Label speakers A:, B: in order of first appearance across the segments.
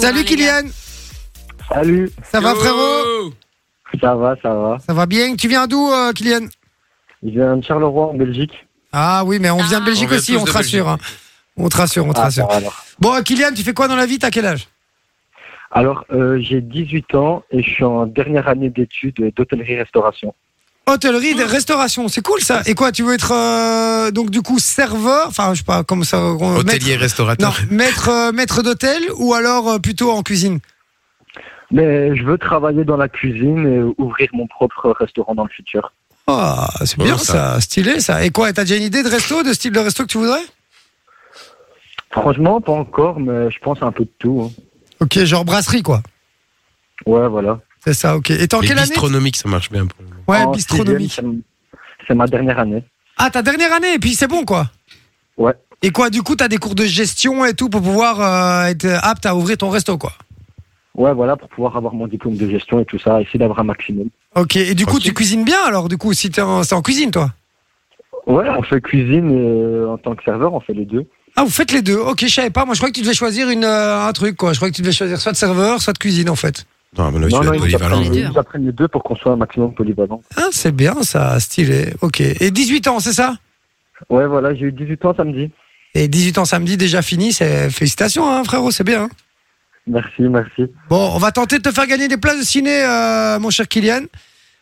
A: Salut
B: Bonjour, les gars.
A: Kylian,
C: Salut,
A: ça va frérot
D: Oh
C: ça va, ça va.
A: Ça va bien Tu viens d'où euh, Kylian
C: Il vient de Charleroi en Belgique.
A: Ah oui, mais on vient de
B: Ah.
A: Belgique
D: On vient
A: aussi,
D: tous
A: on
D: de
A: te rassure.
D: Belgique.
A: hein. On te rassure, on te
C: Ah, ça
A: rassure.
C: va alors,
A: Bon, euh, Kylian, tu fais quoi dans la vie T'as quel âge
C: alors euh, j'ai 18 ans et je suis en dernière année d'études d'hôtellerie-restauration.
A: Hôtellerie, des restaurations, c'est cool ça. Et quoi, tu veux être euh, donc du coup serveur, enfin je sais pas comment ça. on- hein. maître-
D: Hôtelier,
A: non,
D: restaurateur.
A: maître, euh, maître d'hôtel ou alors euh, plutôt en cuisine
C: Mais je veux travailler dans la cuisine et ouvrir mon propre restaurant dans le futur.
A: Ah, c'est
D: Bon,
A: bien ça.
D: ça.
A: stylé ça. Et quoi, t'as déjà une idée de resto, de style de resto que tu voudrais
C: Franchement, pas encore, mais je pense un peu de tout. hein.
A: Ok, genre brasserie quoi.
C: Ouais, voilà.
A: C'est ça, ok. Et t'es en
D: Les
A: quelle année
D: bistronomiques, ça marche bien pour le moment.
A: Ouais,
C: En
A: bistronomique.
C: sixième, C'est c'est ma dernière année.
A: Ah, ta dernière année, et puis c'est bon, quoi.
C: Ouais.
A: Et quoi, du coup, t'as des cours de gestion et tout pour pouvoir euh, être apte à ouvrir ton resto, quoi.
C: Ouais, voilà, pour pouvoir avoir mon diplôme de gestion et tout ça, essayer d'avoir un maximum.
A: Ok, et du coup,
D: Tranquille.
A: tu cuisines bien alors, du coup, si t'es en, c'est en cuisine, toi.
C: Ouais, on fait cuisine et en tant que serveur, on fait les deux.
A: Ah, vous faites les deux. Ok, je savais pas. Moi, je crois que tu devais choisir une, euh, un truc, quoi. Je crois que tu devais choisir soit de serveur, soit de cuisine, en fait.
D: Non, à mon avis, Ah tu vas être
C: ils nous
D: polyvalent.
C: apprennent-
B: hein.
C: ils nous apprennent les deux pour qu'on soit un maximum polyvalent.
A: Ah, c'est bien, ça, stylé. Ok. Et 18 ans, c'est ça
C: Ouais, voilà, j'ai eu 18 ans samedi.
A: Et 18 ans samedi, déjà fini. C'est félicitations, hein, frérot, c'est bien. hein.
C: Merci, merci.
A: Bon, on va tenter de te faire gagner des places de ciné, euh, mon cher Kylian.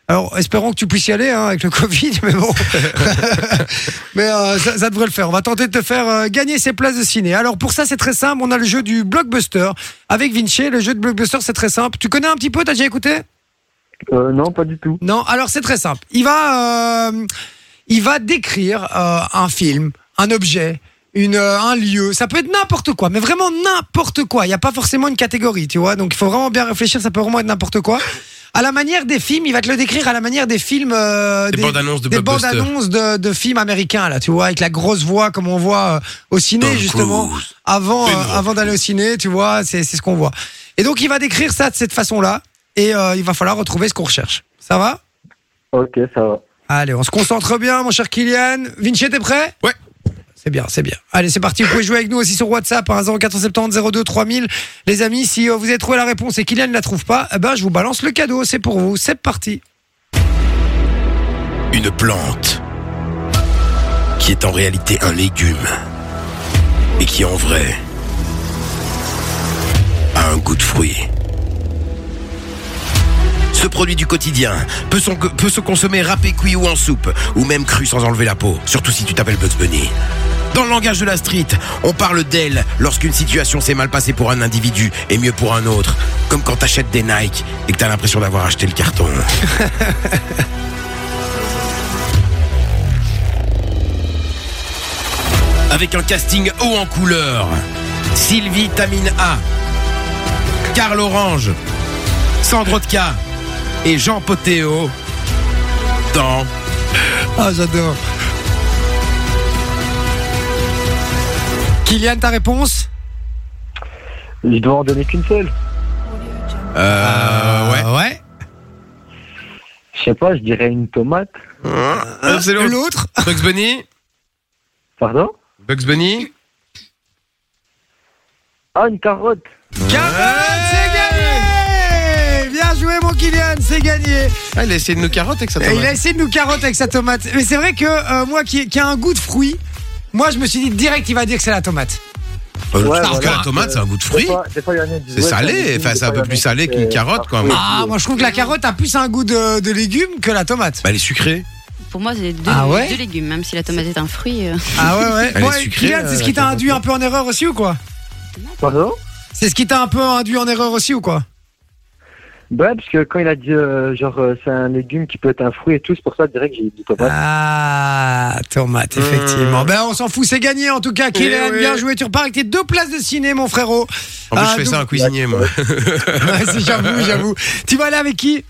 A: Alors, espérons que tu puisses y aller hein, avec le Covid, mais bon. mais euh, ça, ça devrait le faire. On va tenter de te faire euh, gagner ces places de ciné. Alors, pour ça, c'est très simple. On a le jeu du blockbuster avec Vinci. Le jeu de blockbuster, c'est très simple. Tu connais un petit peu T'as déjà écouté
C: Euh, non, pas du tout.
A: Non Alors, c'est très simple. Il va, euh, il va décrire euh, un film, un objet. Une, euh, un lieu, ça peut être n'importe quoi, mais vraiment n'importe quoi. Il n'y a pas forcément une catégorie, tu vois. Donc il faut vraiment bien réfléchir, ça peut vraiment être n'importe quoi. À la manière des films, il va te le décrire à la manière des films. euh,
D: Des bandes annonces de
A: des bandes
D: blockbuster.
A: annonces de, de films américains là tu vois avec la grosse voix comme on voit euh, au ciné
D: Tom
A: justement
D: Cruise.
A: avant euh,
D: Énorme.
A: avant d'aller au ciné tu vois c'est c'est ce qu'on voit et donc il va décrire ça de cette façon là et euh, il va falloir retrouver ce qu'on recherche ça va
C: Ok, ça va.
A: allez on se concentre bien mon cher Kylian Vinci t'es prêt
D: Ouais.
A: c'est bien, c'est bien. Allez, c'est parti. Vous pouvez jouer avec nous aussi sur WhatsApp, hein, 0470 02 3000. Les amis, si euh, vous avez trouvé la réponse et Kylian ne la trouve pas, eh ben, je vous balance le cadeau. C'est pour vous. C'est parti.
D: Une plante qui est en réalité un légume et qui en vrai a un goût de fruit. Ce produit du quotidien peut, son- peut se consommer râpé cuit ou en soupe, ou même cru sans enlever la peau, surtout si tu t'appelles Bugs Bunny. Dans le langage de la street, on parle d'elle lorsqu'une situation s'est mal passée pour un individu et mieux pour un autre, comme quand t'achètes des Nike et que t'as l'impression d'avoir acheté le carton. avec un casting haut en couleur. Sylvie Tamine A, Carl Orange, Sandrotka et Jean Potéo dans
A: Ah, j'adore. Kylian, ta réponse
C: Je dois en donner qu'une seule.
D: euh, ouais.
A: ouais.
C: Je sais pas, je dirais une tomate.
D: Euh, c'est l'autre.
A: L'autre
D: Bugs Bunny
C: Pardon
D: Bugs Bunny
C: Ah, une carotte
A: Carotte, c'est gagné Bien joué, mon Kylian, c'est gagné.
D: ah, Il a essayé de nous carotter avec sa
A: Et il a
D: tomate.
A: essayé de nous carotte avec sa tomate. Mais c'est vrai que euh, moi, qui, qui a un goût de fruit, moi, je me suis dit direct, il va dire que c'est la tomate.
D: Euh,
C: Ouais,
D: alors que
C: voilà,
D: la tomate,
C: euh,
D: c'est un goût de fruit.
C: Des fois- des fois, il y en a qui disent,
D: C'est
C: ouais,
D: salé,
C: une légume,
D: enfin,
C: des
D: c'est un
C: fois, il
D: peu
C: y en a
D: plus
C: qui
D: salé
C: disent,
D: qu'une
C: euh,
D: carotte, quoi.
C: oui,
A: Ah,
C: oui.
A: moi, je trouve que la carotte a plus un goût de, de légumes que la tomate.
D: Bah, elle est sucrée.
B: Pour moi, c'est deux,
A: Ah ouais
B: deux légumes, même si la tomate est un fruit. euh.
A: Ah ouais, ouais.
D: Elle est
A: Ouais,
D: sucrée,
A: Kylian, c'est ce
D: euh,
A: qui
D: la
A: t'a
D: carotte.
A: induit un peu en erreur aussi ou quoi
C: Pardon
A: C'est ce qui t'a un peu induit en erreur aussi ou quoi
C: Ouais, parce que quand il a dit, euh, genre, euh, c'est un légume qui peut être un fruit et tout, c'est pour ça, direct, j'ai dit tomate.
A: Ah, tomate, effectivement.
D: Euh.
A: Ben, on s'en fout, c'est gagné en tout cas. Kylian,
D: Eh oui.
A: bien joué. Tu repars avec tes deux places de ciné, mon frérot.
D: En
A: Ah,
D: plus, je fais
A: donc-
D: ça à un cuisinier, moi.
A: Ouais, c'est- j'avoue, j'avoue. Tu vas aller avec qui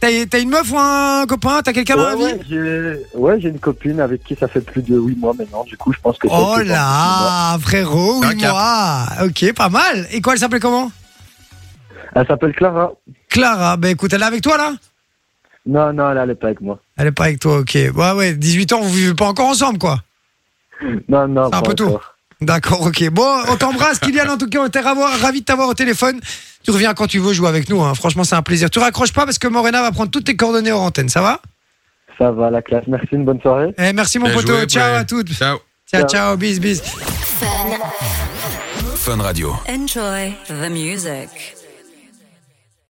A: T'as t'as une meuf ou un copain T'as quelqu'un dans la
C: Ouais,
A: vie
C: ouais, j'ai- ouais, j'ai une copine avec qui ça fait plus de 8 mois maintenant, du coup, je pense que c'est-
A: Oh
C: c'est-
A: là, frérot,
D: Un
A: oui, moi. Ok, pas mal. Et quoi, elle s'appelait comment
C: Elle s'appelle Clara.
A: Clara. Ben écoute, elle est avec toi là
C: Non, non, elle, elle est pas avec moi.
A: Elle est pas avec toi, ok. Ouais, ouais, 18 ans, vous vivez pas encore ensemble, quoi.
C: Non, non,
A: C'est un
C: pas
A: peu tôt.
C: encore.
A: D'accord, ok. Bon, on t'embrasse, Kylian. En tout cas, on était ravo- ravis de t'avoir au téléphone. Tu reviens quand tu veux jouer avec nous. hein. Franchement, c'est un plaisir. Tu raccroches pas parce que Morena va prendre toutes tes coordonnées en antenne. Ça va
C: Ça va, la classe. Merci, une bonne soirée.
A: Eh, Merci, mon
E: Bien
A: poteau.
E: joué,
A: ciao
E: Bré.
A: à toutes.
E: Ciao.
A: Ciao,
C: Ciao.
A: ciao. Bis, bis.
F: Fun.
E: Fun Radio.
F: Enjoy the music.